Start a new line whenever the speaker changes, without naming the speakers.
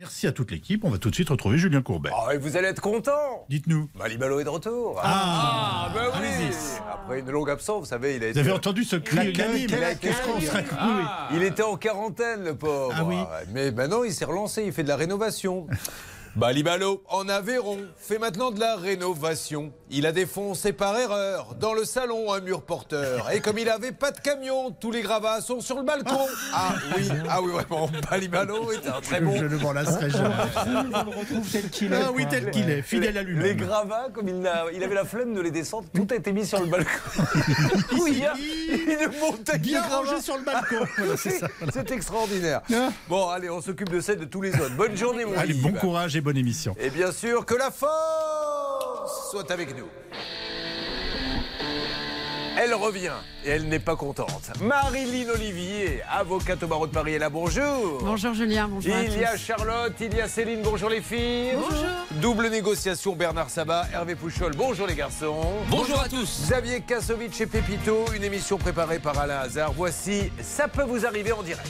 Merci à toute l'équipe. On va tout de suite retrouver Julien Courbet.
Oh, et vous allez être content
Dites-nous.
Malibalo est de retour.
Ah,
bah oui
allez-y.
Après une longue absence, vous savez, il a
Vous
été...
avez entendu ce cri
Il a-
unanime
il a-
Qu'est-ce qu'on Ah. serait cru, oui.
Il était en quarantaine, le pauvre.
Ah oui.
Mais maintenant, il s'est relancé, il fait de la rénovation. Balibalo, en Aveyron, fait maintenant de la rénovation. Il a défoncé par erreur, dans le salon, un mur porteur. Et comme il avait pas de camion, tous les gravats sont sur le balcon. Ah oui, ah oui, vraiment, Balibalo est un très bon...
Je ne m'en lasserai jamais.
On le retrouve tel qu'il est.
Ah oui, tel qu'il est, fidèle à
Les
lui-même.
gravats, comme il, n'a- il avait la flemme de les descendre, tout a été mis sur le balcon. Oui, hein. il montait
Bien
les gravats.
rangé sur le balcon. Voilà, c'est ça.
C'est extraordinaire.
Ah.
Bon, allez, on s'occupe de celle de tous les autres. Bonne journée, mon
Allez,
Yves.
bon courage et bonne émission.
Et bien sûr, que la force soit avec nous. Elle revient et elle n'est pas contente. Marilyn Olivier, avocate au barreau de Paris, est là. Bonjour.
Bonjour Julien, bonjour à
Il y a
tous.
Charlotte, il y a Céline, bonjour les filles. Bonjour. Double négociation, Bernard Sabat, Hervé Pouchol, bonjour les garçons.
Bonjour à tous.
Xavier Kassovitch et Pépito, une émission préparée par Alain Hazard. Voici Ça peut vous arriver en direct.